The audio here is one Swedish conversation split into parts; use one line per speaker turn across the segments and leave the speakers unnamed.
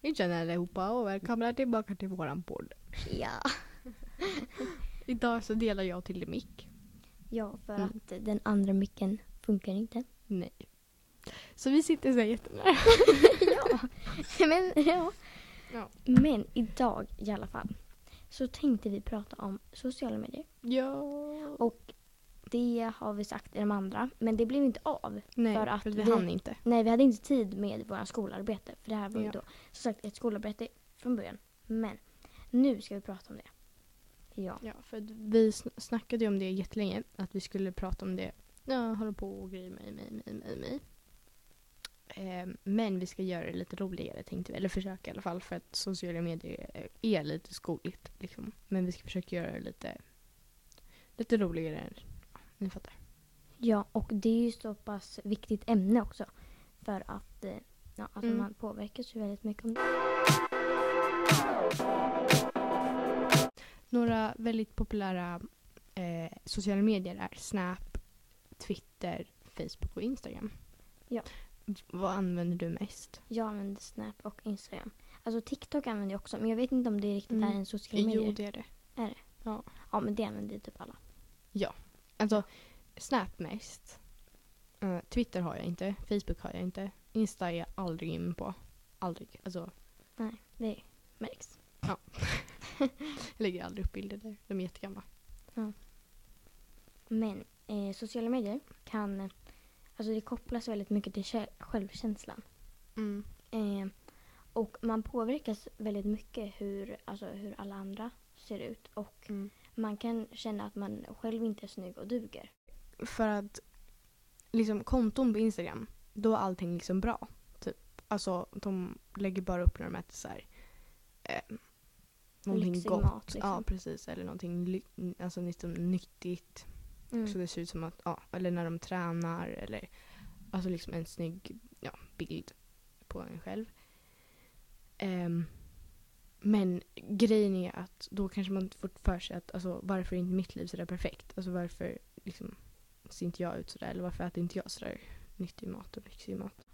Vi känner allihopa och välkomna tillbaka till våran podd.
Ja.
Idag så delar jag till mick.
Ja, för
Mm.
att den andra micken funkar inte.
Nej. Så vi sitter så här jättenära.
ja. Men, ja.
Ja.
Men idag i alla fall så tänkte vi prata om sociala medier.
Ja.
Och det har vi sagt i de andra, men det blev inte av.
Nej,
för
för
att
att vi,
vi-
hann inte.
Nej, vi hade inte tid med våra skolarbete. För det här var ju
Ja.
då som sagt ett skolarbete från början. Men nu ska vi prata om det. Ja.
Ja, för att vi sn- snackade ju om det jättelänge. Att vi skulle prata om det. Ja, håller på och grejer mig, mig, mig, mig, mig. Ehm, men vi ska göra det lite roligare tänkte vi. Eller försöka i alla fall. För att sociala medier är- är lite skogligt. Liksom. Men vi ska försöka göra det lite, lite roligare. Ja, ni fattar.
ja, och det är ju så pass viktigt ämne också. För att eh, ja, alltså
Mm.
man påverkas ju väldigt mycket om det.
Några väldigt populära eh, sociala medier är Snap, Twitter, Facebook och Instagram.
Ja.
V- Vad använder du mest?
Jag använder Snap och Instagram. Alltså TikTok använder jag också, men jag vet inte om det riktigt
Mm.
är en social media.
det är det.
Ja, men det använder ju typ alla.
Alltså, Snap mest. Eh, Twitter har jag inte, Facebook har jag inte. Insta är jag aldrig in på. Aldrig. Alltså,
Nej, det märks.
jag lägger aldrig upp bilder där. De är jättegamla.
Men eh, sociala medier kan... eh, Alltså det kopplas väldigt mycket till kä- självkänslan.
Mm,
Eh, och man påverkas väldigt mycket hur, alltså, hur alla andra ser ut. Och
Mm.
man kan känna att man själv inte är snygg och duger.
För att liksom konton på Instagram, då är allting liksom bra. Typ. Alltså de lägger bara upp när de äter så här, eh, någonting
Lyxig
gott.
mat, liksom.
Ja precis, eller någonting ly- alltså, liksom, nyttigt.
Mm.
Så det ser ut som att, ja, eller när de tränar eller alltså liksom en snygg ja, bild på en själv. Ehm, men grejen är att då kanske man får för sig att alltså, varför är inte mitt liv sådär perfekt? Alltså varför liksom, ser inte jag ut sådär? Eller varför äter inte jag sådär nyttig mat och lyxig mat?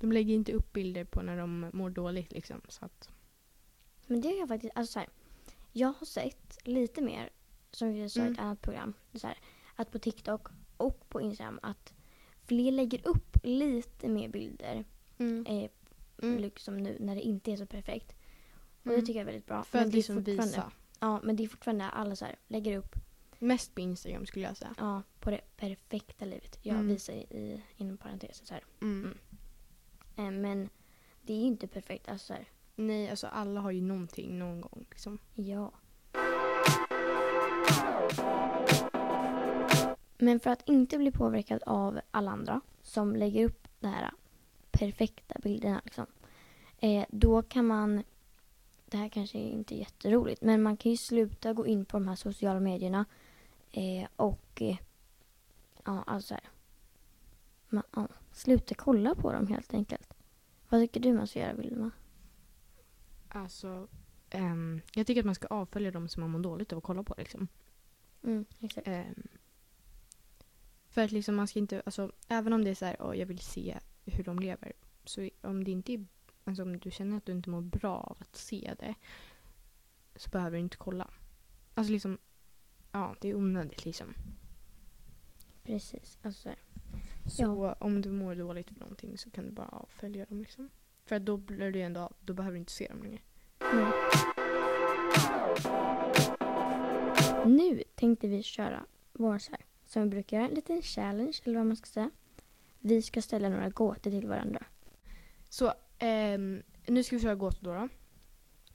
De lägger inte upp bilder på när de mår dåligt liksom. Så att,
Men det har jag faktiskt, alltså så här, jag har sett lite mer, som vi sa i ett
Mm.
annat program, så här, att på TikTok och på Instagram att fler lägger upp lite mer bilder, eh, liksom nu när det inte är så perfekt. Och det
Mm.
tycker jag är väldigt bra.
För
Men
att
det är
liksom
fortfarande-
visa.
Ja, men det är fortfarande alla så här, lägger upp
Mest på Instagram skulle jag säga.
ja, på det perfekta livet. Jag
Mm.
visar i, inom parentes så här.
Mm.
Mm. Eh, men det är ju inte perfekt. Alltså, så här,
Nej, alltså alla har ju någonting någon gång. Liksom.
Ja. Men för att inte bli påverkad av alla andra som lägger upp de här perfekta bilderna liksom, eh, då kan man, det här kanske inte är jätteroligt, men man kan ju sluta gå in på de här sociala medierna eh, och eh, ja, alltså här, man, ja, sluta kolla på dem helt enkelt. Vad tycker du man ska göra Vilma?
Alltså, ehm, jag tycker att man ska avfölja de som man mår dåligt av och kolla på. Liksom.
Mm, exakt.
Ehm, för att liksom man ska inte, alltså, även om det är så här, "Åh, jag vill se hur de lever. Så om det inte är, alltså, om du känner att du inte mår bra av att se det så behöver du inte kolla. Alltså liksom, ja det är onödigt liksom.
Precis. Alltså, så här.
Så om du mår dåligt för någonting så kan du bara avfölja dem liksom. För att då blir du ändå av, då behöver du inte se dem längre.
Nej. Nu tänkte vi köra vår så här, som vi brukar göra, en liten challenge eller vad man ska säga. Vi ska ställa några gåtor till varandra.
Så ehm, nu ska vi köra gåtor då, då.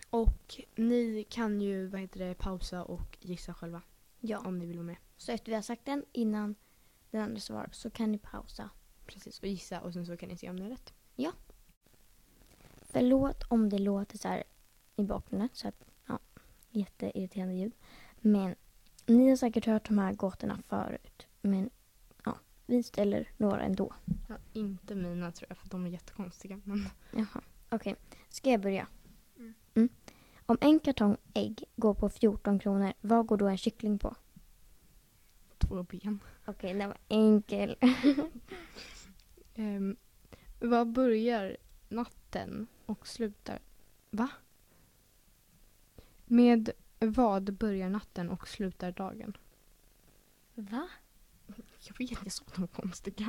Och ni kan ju vad heter det, pausa och gissa själva
Ja.
om ni vill vara med.
Så efter vi har sagt den innan den andra svarar så kan ni pausa.
Precis, och gissa och sen så kan ni se om ni är rätt.
Förlåt om det låter så här i bakgrunden, så att, ja, jätteirriterande ljud. Men ni har säkert hört de här gåtorna förut. Men ja, vi ställer några ändå.
Ja, inte mina tror jag för de är jättekonstiga. Men...
Jaha, okej. Ska jag börja?
Mm.
Mm. Om en kartong ägg går på 14 kronor, vad går då en kyckling på?
Två ben.
Okej, den var enkel.
Ehm, vad börjar natten och slutar Va? Med vad börjar natten och slutar dagen?
Va?
Jag vet, jag sa något konstigt.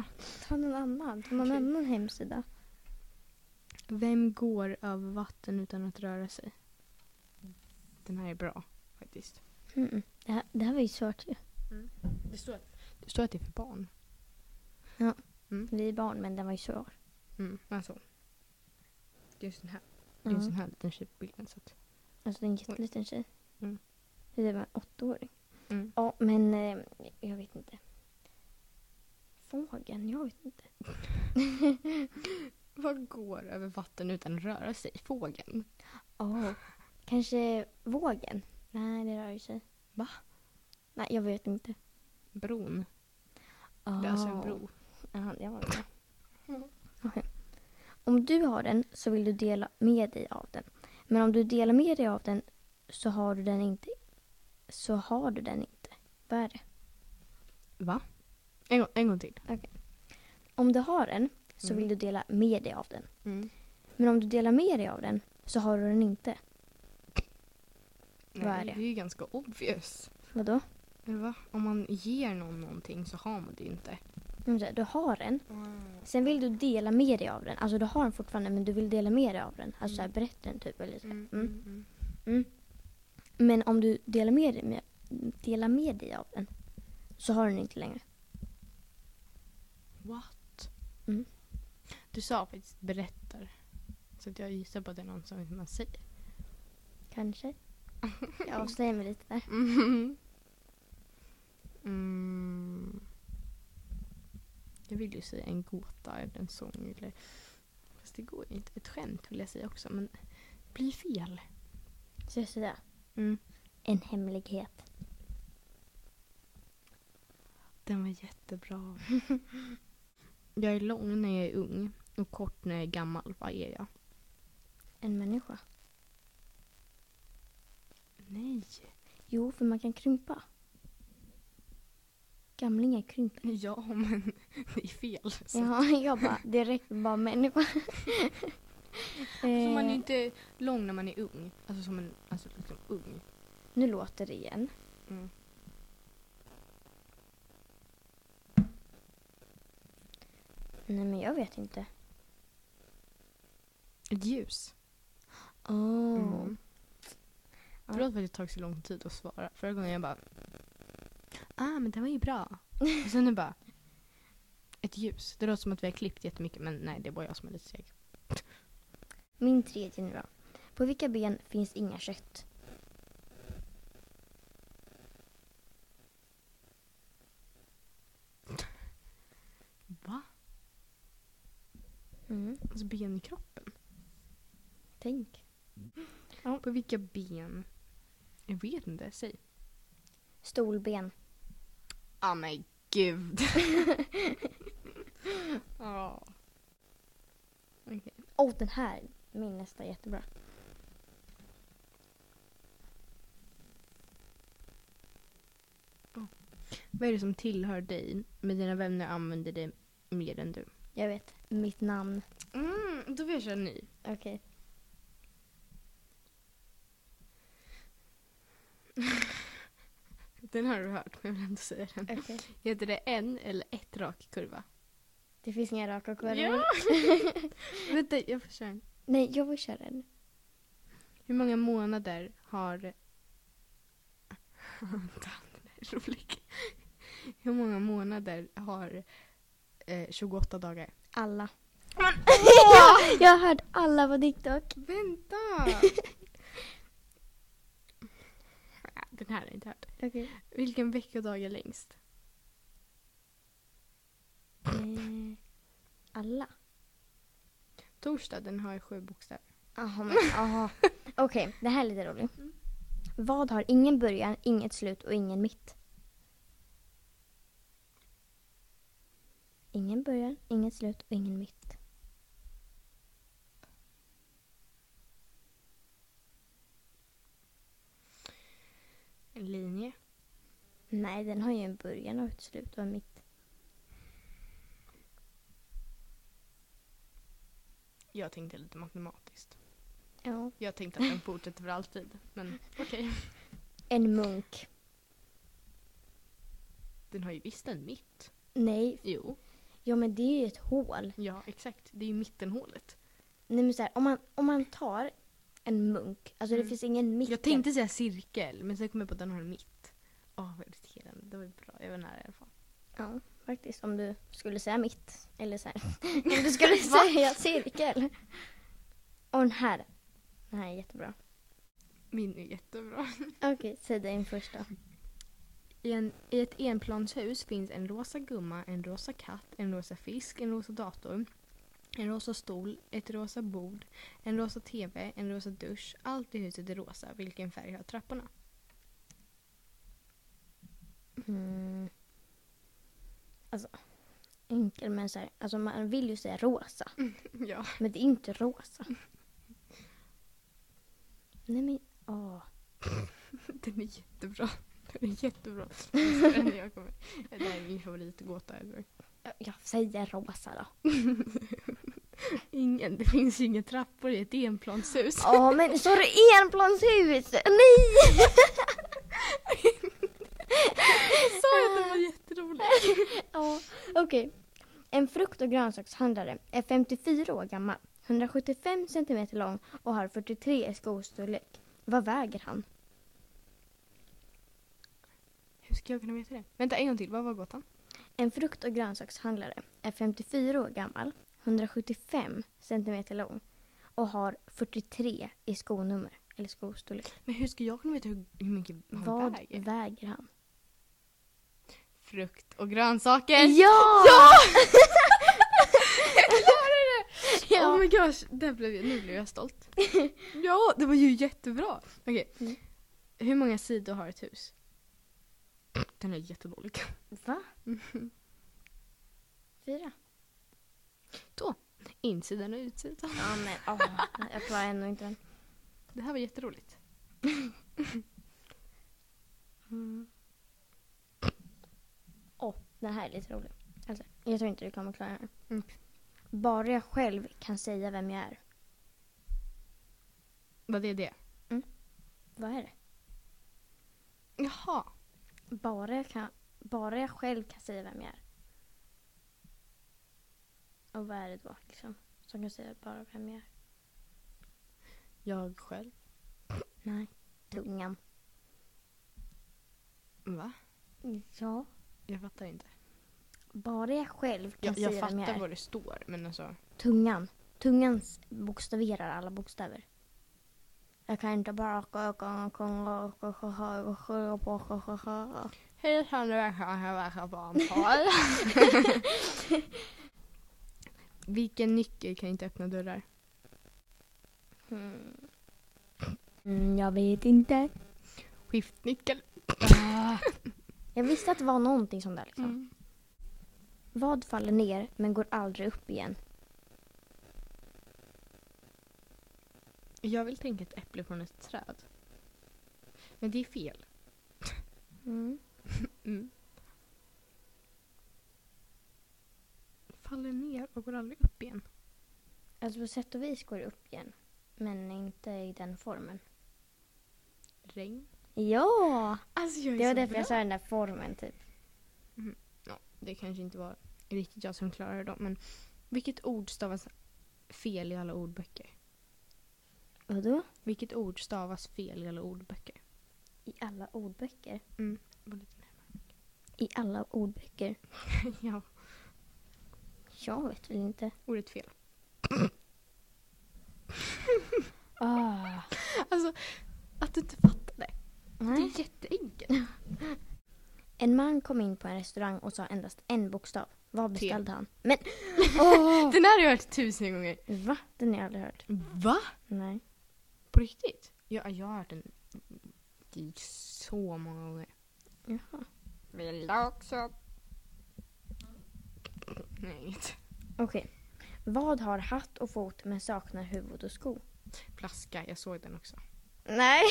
Ta någon annan. Ta någon
Okej.
annan hemsida.
Vem går över vatten utan att röra sig? Den här är bra faktiskt.
Mm. Det, här, det här var ju svårt ju.
Det står, det står att det är för barn.
Vi är barn men den var ju svår.
Mm, alltså. Det är en sån här, det är en
Mm.
sån här liten tjej på bilden. Så att,
Alltså det är en jätteliten tjej.
Mm.
Det var en åttaåring.
mm.
Ja men eh, jag vet inte. Fågeln? Jag vet inte.
Vad går över vatten utan att röra sig? Fågeln?
Oh. Kanske vågen? Nej det rör ju sig.
Va?
Nej jag vet inte.
Bron? Det är alltså
Ah,
en bro.
Ja, det var det. Okej. Om du har den så vill du dela med dig av den. Men om du delar med dig av den så har du den inte. Så har du den inte. Vad är det?
Va? En, gång- en gång till.
Om du har den så
Mm.
vill du dela med dig av den. Men om du delar med dig av den så har du den inte.
Nej,
Vad är det?
Det är ju ganska obvious.
Vadå?
Men Va? Om man ger någon någonting så har man det ju inte.
Men så här, Du har den. Sen vill du dela med dig av den. Alltså du har den fortfarande men du vill dela med dig av den. Alltså så här,
Mm.
berätta den typ. Eller så. här.
Mm,
Mm.
mm, mm.
Men om du delar med, dig med, delar med dig av den så har du den inte längre.
What?
Mm.
Du sa faktiskt berättar. Så att jag gissar på att det är någon som man säger.
Kanske. Jag avslöjar mig lite där.
Mm. Mm. Jag vill ju säga en gåta eller en sång. Eller... Fast det går ju inte. Ett skämt vill jag säga också. Men det blir fel.
Så jag säger
Mm.
en hemlighet.
Den var jättebra. jag är lång när jag är ung och kort när jag är gammal. Vad är jag?
En människa.
Nej.
Jo, för man kan krympa. Gamlingar krymper.
Ja, men det är fel. Så.
Ja, jag bara direkt bara människa.
Så man är ju
eh,
inte lång när man är ung. Alltså som en alltså liksom ung.
nu låter det igen.
Mm.
Nej, men jag vet inte.
Ett ljus.
Åh.
Mm.
Ja.
Förlåt för att det tagit så lång tid att svara. Förra gången jag bara... Ah, men det var ju bra. Och sen nu bara... Ett ljus. Det låter som att vi har klippt jättemycket men nej, det är bara jag som är lite seg.
Min tredje nu då. På vilka ben finns inga kött?
Va? Alltså ben i kroppen.
Tänk.
På vilka ben? Jag vet inte, säg. Ja
Stolben.
ah, men gud. Ja. Okej.
Åh, den här. Min nästa är jättebra.
Vad är det som tillhör dig men dina vänner använder det mer än du?
Jag vet. Mitt namn.
Mm, då vill jag köra en ny.
Okej.
Den har du hört men jag vill ändå säga den. Heter det en eller ett rak kurva?
Det finns inga raka kurvor.
Ja! Vänta, jag får köra en.
Nej, jag vill köra den.
Hur många månader har... Vänta, den är rolig. Hur många månader har eh, 28 dagar?
Alla.
Men-
jag, jag har hört alla på TikTok.
Vänta! den här har jag inte hört.
Okej.
Vilken veckodag är längst?
Eh, alla?
Torsdag, den har sju bokstäver.
Jaha, men Mm. jaha. Okej, det här är lite roligt. Vad har ingen början, inget slut och ingen mitt? Ingen början, inget slut och ingen mitt.
En linje.
Nej, den har ju en början och ett slut och en mitt.
Jag tänkte lite matematiskt.
Ja.
Jag tänkte att den fortsätter för alltid. Men okej.
En munk.
Den har ju visst en mitt.
Nej.
Jo.
Ja men det är ju ett hål.
Ja, exakt. Det är ju mittenhålet.
Nej men så här, om man, om man tar en munk, alltså
Mm.
det finns ingen mitt.
Jag tänkte säga cirkel, men sen kom jag på att den har en mitt. Åh, vad irriterande. Det var ju bra. Jag var nära i alla fall.
Ja, faktiskt. Om du skulle säga mitt. Eller så här. om du skulle säga cirkel. Och den här. Den här är jättebra.
Min är jättebra.
Okej, säg din första.
I, en, I ett enplanshus finns en rosa gumma, en rosa katt, en rosa fisk, en rosa dator, en rosa stol, ett rosa bord, en rosa tv, en rosa dusch. Allt i huset är rosa. Vilken färg har trapporna?
Mm. Alltså, enkel men så här. Alltså man vill ju säga rosa.
Ja.
Men det är inte rosa. Nej men, åh.
Den är jättebra. Den är jättebra. Den är jag kommer. Det här är min favoritgåta ever.
Jag säger rosa då.
Ingen, det finns ju inga trappor i ett enplanshus.
Ja men så är det enplanshus! Nej!
Jag sa ju att den Alltså, var jätterolig.
Ja, okej. En frukt och grönsakshandlare är 54 år gammal, 175 cm lång och har 43 i skostorlek. Vad väger han?
Hur ska jag kunna veta det? Vänta, en gång till. Vad var gåtan?
En frukt och grönsakshandlare är 54 år gammal, 175 cm lång och har 43 i skonummer eller skostorlek.
Men hur ska jag kunna veta hur, hur mycket han
Vad
väger?
väger han?
Frukt och grönsaker.
Ja!
Oh
ja!
my gosh, där blev jag, nu blev jag stolt. ja, det var ju jättebra. Okej.
Mm.
Hur många sidor har ett hus? Den är jättedålig.
Va? Fyra?
Insidan och utsidan.
Ja men åh, jag klarar ändå inte den.
Det här var jätteroligt. mm.
Den här är lite rolig. Alltså, jag tror inte du kommer klara den. här.
Mm.
Bara jag själv kan säga vem jag är.
Vad är det?
Vad är det?
Jaha.
Bara jag, kan, bara jag själv kan säga vem jag är. Och vad är det då liksom? Som kan säga bara vem jag är?
Jag själv.
Nej. Tungan.
Va?
Ja.
Jag fattar inte.
Bara jag själv kan
Jag, jag
säga vem jag
fattar
är.
vad det står men alltså.
Tungan. Tungan s- bokstaverar alla bokstäver. Jag kan inte bara...
Hejsan och välkomna Vilken nyckel kan inte öppna dörrar?
Mm. Mm, jag vet inte.
Skiftnyckel.
Jag visste att det var någonting sånt där. Liksom.
Mm.
Vad faller ner men går aldrig upp igen?
Jag vill tänka ett äpple från ett träd. Men det är fel.
Mm.
Mm. Faller ner och går aldrig upp igen.
Alltså på sätt och vis går det upp igen. Men inte i den formen.
Regn.
Ja!
Alltså jag är
Det var
så
därför
bra.
jag sa den där formen typ.
Det kanske inte var riktigt jag som klarade dem men vilket ord stavas fel i alla ordböcker?
Vadå?
Vilket ord stavas fel i alla ordböcker?
I alla ordböcker.
Var lite närmare.
I alla ordböcker.
ja,
Jag vet väl inte.
ordet fel.
Ah.
Alltså, att du inte fattade. Det
Nej.
är jätteenkelt.
En man kom in på en restaurang och sa endast en bokstav. Vad
T.
beställde han? Men... Åh!
Den här har jag hört tusen gånger.
Va? Den har jag aldrig hört.
Va?
Nej.
På riktigt? Ja, jag har hört den i så många gånger.
Jaha.
Vill du också? Nej, inget.
Okej. Vad har hatt och fot men saknar huvud och sko?
Flaska, jag såg den också.
Nej,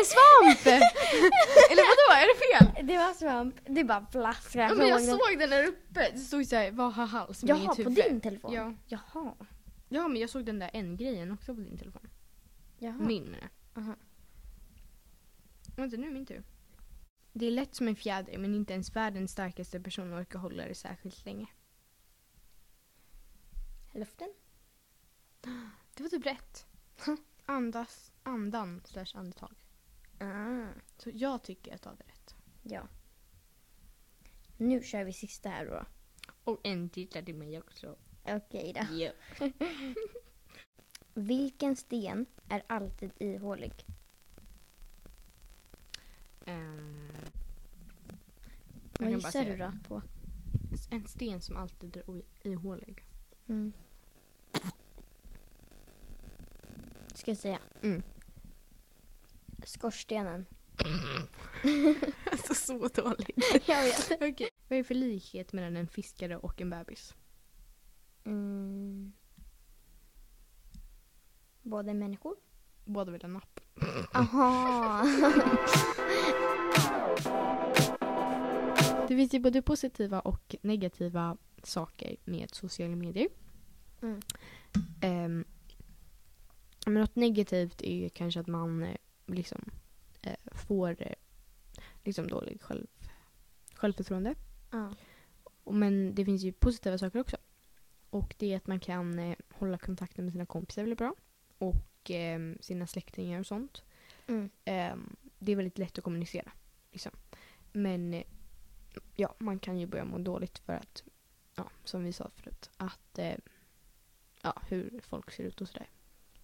En svamp! Eller vadå, är det fel?
det var svamp. Det är bara flaskor.
Ja, men jag såg den där uppe. Det stod såhär, vad har hals men
Jaha,
inget
på
huvud.
din telefon?
Ja.
Jaha.
ja, men jag såg den där en-grejen också på din telefon.
Jaha.
Min menar jag.
Aha.
Vänta, nu är min tur. Det är lätt som en fjäder men inte ens världens starkaste person orkar hålla det särskilt länge.
Luften?
Det var typ rätt. Andas, andan slash andetag.
Ah.
Så jag tycker att jag hade rätt.
Ja. Nu kör vi sista här då.
Och en titlar till mig också.
Okej då.
Ja.
Vilken sten är alltid ihålig?
Ehm, jag
Vad
kan bara
gissar
säga
du då på?
En sten som alltid är o- ihålig.
Mm. Ska jag säga?
Mm.
Skorstenen.
Alltså så dålig.
jag vet.
Okej. Vad är för likhet mellan en fiskare och en bebis?
Mm. Både människor?
Båda vill ha napp.
Aha.
Det finns ju både positiva och negativa saker med sociala medier.
Mm.
Ehm, men något negativt är ju kanske att man eh, liksom eh, får eh, liksom dålig själv, självförtroende.
ja.
Och- Men det finns ju positiva saker också. Och det är att man kan eh, hålla kontakten med sina kompisar väldigt bra. Och ehm, sina släktingar och sånt.
Mm.
Ehm, det är väldigt lätt att kommunicera. Liksom. Men eh, ja, man kan ju börja må dåligt för att, ja, som vi sa förut, att eh, ja, hur folk ser ut och sådär.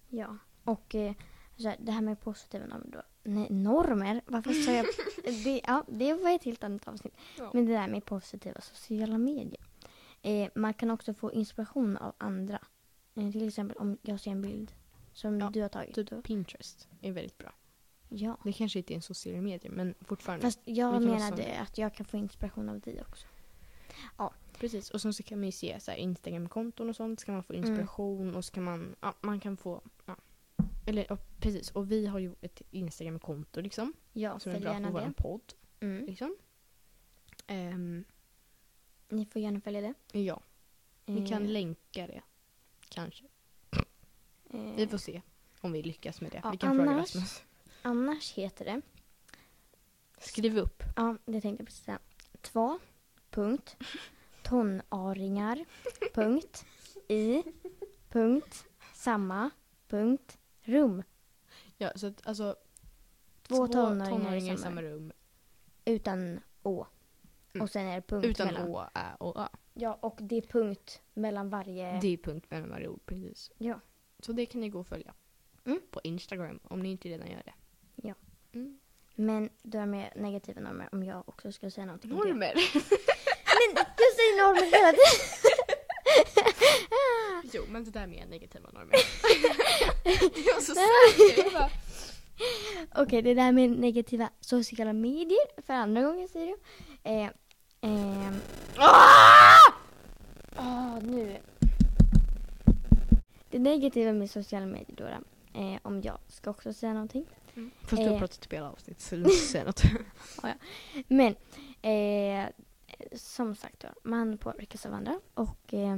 ja. Och eh, så här, det här med positiva normer då. Nej, normer? Varför sa jag? det, ja, det var ett helt annat avsnitt.
Ja.
Men det där med positiva sociala medier. Eh, man kan också få inspiration av andra. Eh, till exempel om jag ser en bild som
Ja,
du har tagit.
Typ
då-
Pinterest är väldigt bra.
Ja.
Det kanske inte är en social medier men fortfarande.
Fast jag
Vilken var sån?
menade att jag kan få inspiration av dig också.
Precis, och sen så kan man ju se så här, Instagram-konton och sånt, så kan man
Mm.
få inspiration och så kan man, ja, man kan få, ja. Eller ja, precis, och vi har ju ett Instagram-konto liksom.
Ja,
Som är
följ
bra för
gärna
vår
det.
podd
Mm.
liksom. Ehm,
Ni får gärna följa det.
ja, vi kan
Eh,
länka det. Kanske.
eh,
Vi får se om vi lyckas med det.
Ja,
vi kan fråga
annars-
Rasmus.
Annars heter det,
Skriv upp.
ja det tänkte jag precis säga. Två, punkt, tonaringar, punkt, i, punkt, samma, punkt, rum.
Ja, så att alltså
Två tonåringar i
tonåringar i
samma
samma rum.
Utan å.
Mm.
Och sen är det punkt
Utan
mellan.
å, ä och ö.
Ja, och det är punkt mellan varje.
Det är punkt mellan varje ord, precis.
Eh. Ja.
Så det kan ni gå och följa.
Mm.
På Instagram, om ni inte redan gör det.
Ja.
Mm.
Men du har med negativa normer om jag också ska säga någonting. om det.
Normer!
Men du säger normer hela tiden.
jo, men det där med negativa normer. jag var så säker. Jag bara,
Okej, det där med negativa sociala medier för andra gången säger du. Eh, ehm. Ah, nu. Det negativa med sociala medier då, då, eh, om jag ska också säga någonting.
Fast du har
Eh.
pratat typ hela avsnittet så du måste säga något.
Men eh, som sagt då, man påverkas av andra och eh,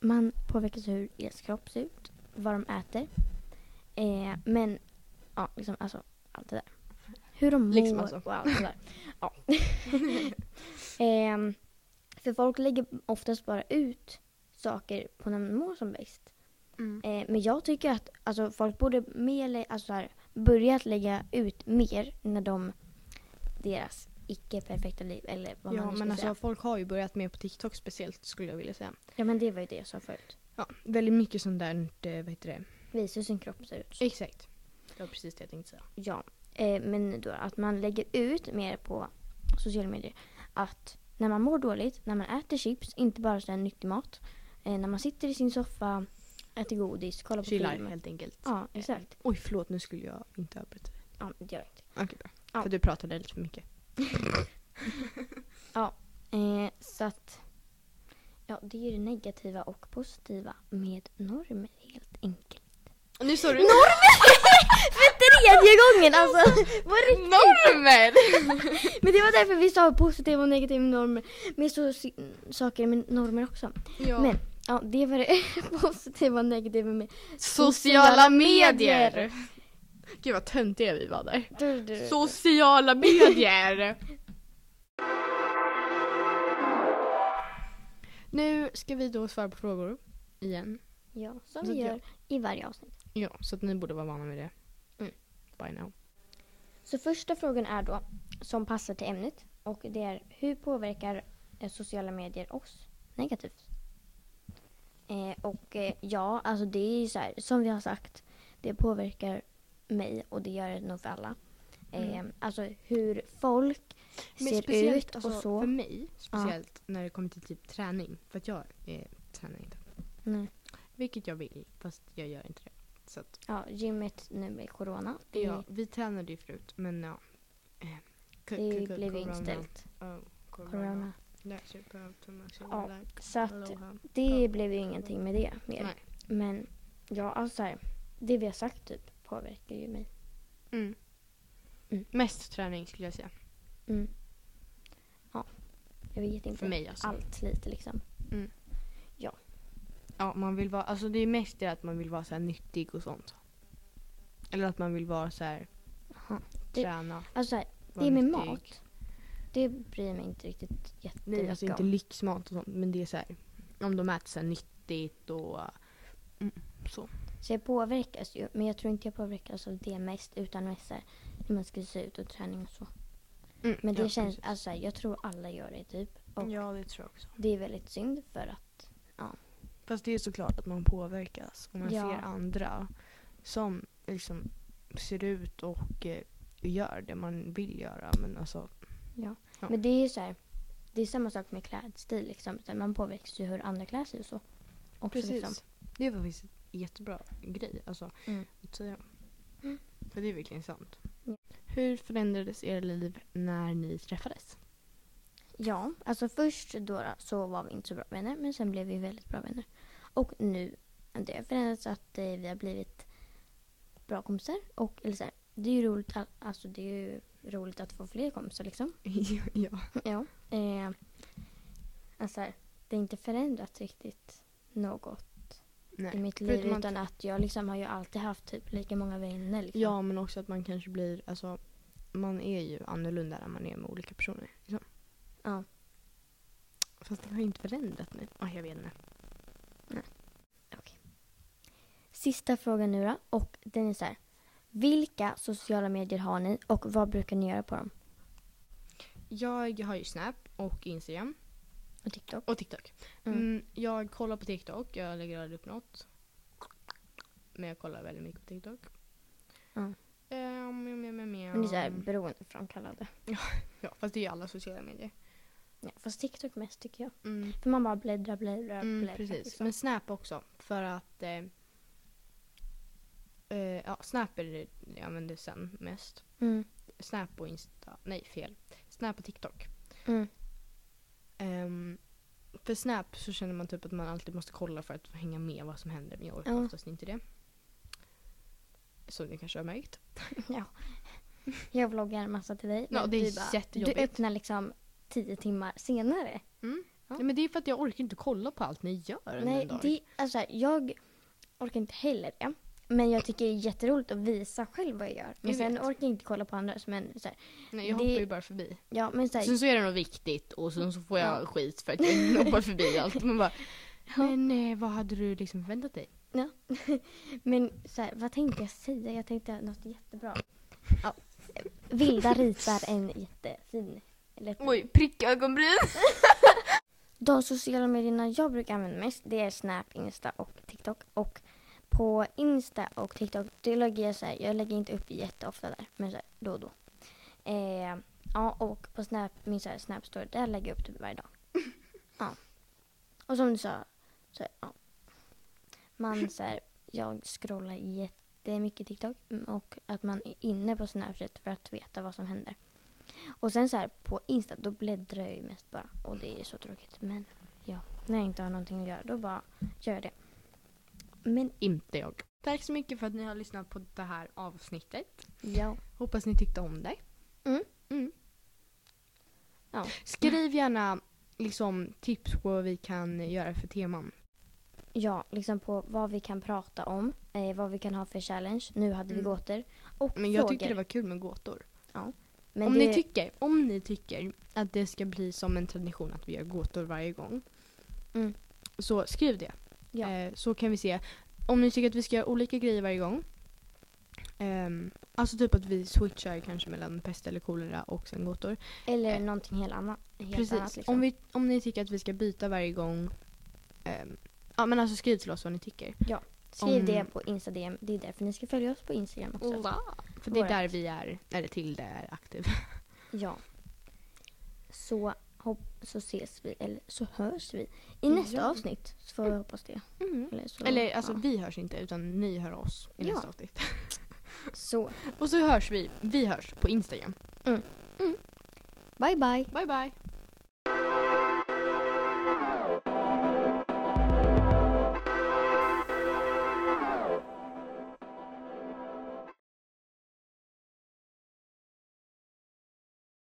man påverkas hur deras kropp ser ut, vad de äter. Eh, men ja, liksom alltså allt det där. Hur de mår
Liksom alltså.
och allt det där. Ja. Ehm, för folk lägger oftast bara ut saker på när de mår som bäst. Eh, men jag tycker att alltså, folk borde mer, lä- alltså, så här, börjat lägga ut mer när de, deras icke-perfekta liv eller vad
Ja,
man nu
men
ska
alltså
säga.
folk har ju börjat med på TikTok speciellt skulle jag vilja säga.
Ja men det var ju det jag sa förut.
Ja, väldigt mycket sånt där, eh, vad heter det?
Visa hur sin kropp ser ut.
Exakt. Det var precis det jag tänkte säga.
Eh, Ja. Eh, men då att man lägger ut mer på sociala medier att när man mår dåligt, när man äter chips, inte bara sådär nyttig mat. Eh, när man sitter i sin soffa, äter godis, kollar på
Chillar
film.
helt enkelt. Eh.
Ja, exakt.
Oj, förlåt nu skulle jag inte avbryta dig.
Ja, det gör jag inte.
Okej, bra.
Ja.
För du pratade lite för mycket.
Eh, så att... Ja, det är ju det negativa och positiva med normer helt enkelt.
Nu sa du
Tredje gången alltså! Vad är det?
normer!
Men det var därför vi sa positiva och negativa normer. Med så, si- saker med normer också.
Ja.
Men ja, det var det positiva och negativa med
Sociala
medier.
medier! Gud vad töntiga vi var där.
Du, du, du.
Sociala medier! nu ska vi då svara på frågor igen.
Ja, som
Så
vi
att jag-
gör i varje avsnitt.
Ja, så att ni borde vara vana vid det.
Mm.
By now.
Så första frågan är då, som passar till ämnet. Och det är, hur påverkar eh, sociala medier oss negativt? Eh, och eh, ja, alltså det är ju så här, som vi har sagt, det påverkar mig och det gör det nog för alla. Eh,
Mm.
Alltså hur folk ser ut och
alltså,
så.
för mig, speciellt när det kommer till typ träning. För att jag eh, tränar inte.
Nej.
Vilket jag vill, fast jag gör inte det. Så att,
Ja, gymmet nu med corona. Det,
ja, vi tränade ju förut, men ja. Eh, k-
det
k- k-
blev ju
corona.
inställt.
Oh, corona.
Corona.
That's your problem, too much of
Ja,
your life.
Så att
Aloha.
det blev ju ingenting med det mer.
Nej.
Men ja, alltså så här, det vi har sagt typ påverkar ju mig.
Mm.
Mm.
Mest träning skulle jag säga.
Mm. Ja, jag vet inte.
För mig alltså.
Allt lite liksom.
Ja, man vill vara, alltså det är mest det att man vill vara så här nyttig och sånt. Eller att man vill vara så här,
Jaha.
träna.
Alltså så här,
vara
det med
nyttig.
mat. Det bryr jag mig inte riktigt jättemycket
Nej, alltså inte
om.
lyxmat och sånt. Men det är så här, om de äter så här nyttigt och eh, mm, så.
Så jag påverkas ju, men jag tror inte jag påverkas av det mest utan mest så här, hur man ska se ut och träning och så.
Mm,
Men det
ja,
känns,
precis.
alltså så här, jag tror alla gör det typ. Och
Ja, det tror jag också.
det är väldigt synd för att
Fast det är såklart att man påverkas om man
Ja.
ser andra som liksom ser ut och eh, gör det man vill göra. Men alltså, Ja.
Men det är ju så här, det är samma sak med klädstil liksom. Så här, man påverkas ju hur andra klär sig och så. Också, Liksom.
Det var faktiskt en jättebra grej alltså,
Mm.
att säga.
Mm.
För det är verkligen sant.
Ja.
Mm. Hur förändrades era liv när ni träffades?
Ja, alltså först då så var vi inte så bra vänner men sen blev vi väldigt bra vänner. Och nu, det har förändrats att eh, vi har blivit bra kompisar. Och, eller så här, det är ju roligt att, alltså, det är ju roligt att få fler kompisar liksom.
ja.
Ja. Eh, alltså, här, det har inte förändrats riktigt något i
Nej.
mitt liv
förutom att-
utan att jag liksom har ju alltid haft typ lika många vänner. Liksom.
ja, men också att man kanske blir, alltså man är ju annorlunda när man är med olika personer. Liksom.
Ja.
Fast det har ju inte förändrat mig. Ja, jag vet inte.
Sista frågan nu då. Och den är så här. Vilka sociala medier har ni och vad brukar ni göra på dem?
Jag har ju Snap och Instagram
Och TikTok?
och TikTok.
Mm.
Mm. jag kollar på TikTok, jag lägger aldrig upp något. Men jag kollar väldigt mycket på TikTok.
Mm.
Ehm, ja, men, men, men,
Men det är så här beroendeframkallande.
ja, fast det är ju alla sociala medier.
Ja, fast TikTok mest tycker jag.
Mm.
För man bara bläddrar, bläddrar,
Mm,
bläddrar.
precis.
liksom.
Men Snap också. För att... Eh, eh, ja, Snap är det jag använder sen mest.
Mm.
Snap och Insta. Nej, fel. Snap och TikTok.
Mm.
Ehm, för Snap så känner man typ att man alltid måste kolla för att hänga med vad som händer. Men jag orkar
Ja.
oftast inte det. Som ni kanske har märkt.
Ja. Jag vloggar massa till dig.
Ja,
men
det är
du bara-
jättejobbigt.
Du öppnar liksom tio timmar senare. Ja.
Mm, Ja. men det är för att jag orkar inte kolla på allt ni gör under
Nej,
en dag.
det, alltså här, jag orkar inte heller det. Men jag tycker det är jätteroligt att visa själv vad jag gör. Men
Jag
sen
vet.
orkar jag inte kolla på andras. Men så här,
Nej, jag
det-
hoppar ju bara förbi.
ja, men så här,
Sen så är det något viktigt och sen så får jag
Ja.
skit för att jag hoppar förbi allt. Man bara, men eh, vad hade du liksom förväntat dig?
Men så här, vad tänkte jag säga? Jag tänkte något jättebra. Ja. Vilda ritar en jättefin läppstift.
pricka ögonbryn.
De sociala medierna jag brukar använda mest det är Snap, Insta och TikTok. Och på Insta och TikTok, det lägger jag så här, jag lägger inte upp jätteofta där, men så här, då och då. Eh, ja, och på Snap, min så här, Snap story, där lägger jag upp typ varje dag. Ja. Och som du sa, så här, ja. Man så här, jag scrollar jättemycket TikTok mm, och att man är inne på Snapchat för att veta vad som händer. Och sen så här på Insta, då bläddrar jag ju mest bara. Och det är så tråkigt. Men ja, när jag inte har någonting att göra, då bara gör jag det. Men
Inte jag. Tack så mycket för att ni har lyssnat på det här avsnittet.
ja.
Hoppas ni tyckte om det.
Mm.
Mm.
Ja.
Skriv gärna liksom, tips på vad vi kan göra för teman.
Ja, liksom på vad vi kan prata om, eh, vad vi kan ha för challenge. Nu hade vi
Mm.
gåtor. Och
Men jag
frågor.
tyckte det var kul med gåtor.
Men
om,
det-
ni tycker, om ni tycker att det ska bli som en tradition att vi gör gåtor varje gång.
Mm.
Så skriv det.
Ja.
Eh, så kan vi se. Om ni tycker att vi ska göra olika grejer varje gång. ehm, alltså typ att vi switchar kanske mellan pest eller kolera och sen gåtor.
Eller någonting helt annat. Helt
Precis.
Annat, liksom.
om, vi, om ni tycker att vi ska byta varje gång. ehm, ja men alltså skriv till oss vad ni tycker.
Skriv
om-
det på Instagram. Det är därför ni ska följa oss på Instagram också.
För det är
Vårat.
där vi är, eller till det är aktiv.
Ja. Så, hopp, så ses vi, eller så hörs vi i nästa
Ja.
avsnitt. Så får vi hoppas det. Eller, så,
Eller alltså
Mm. ja.
vi hörs inte utan ni hör oss i
Ja.
nästa avsnitt.
Så,
Och så hörs vi, vi hörs på Instagram.
bye bye.
Bye bye!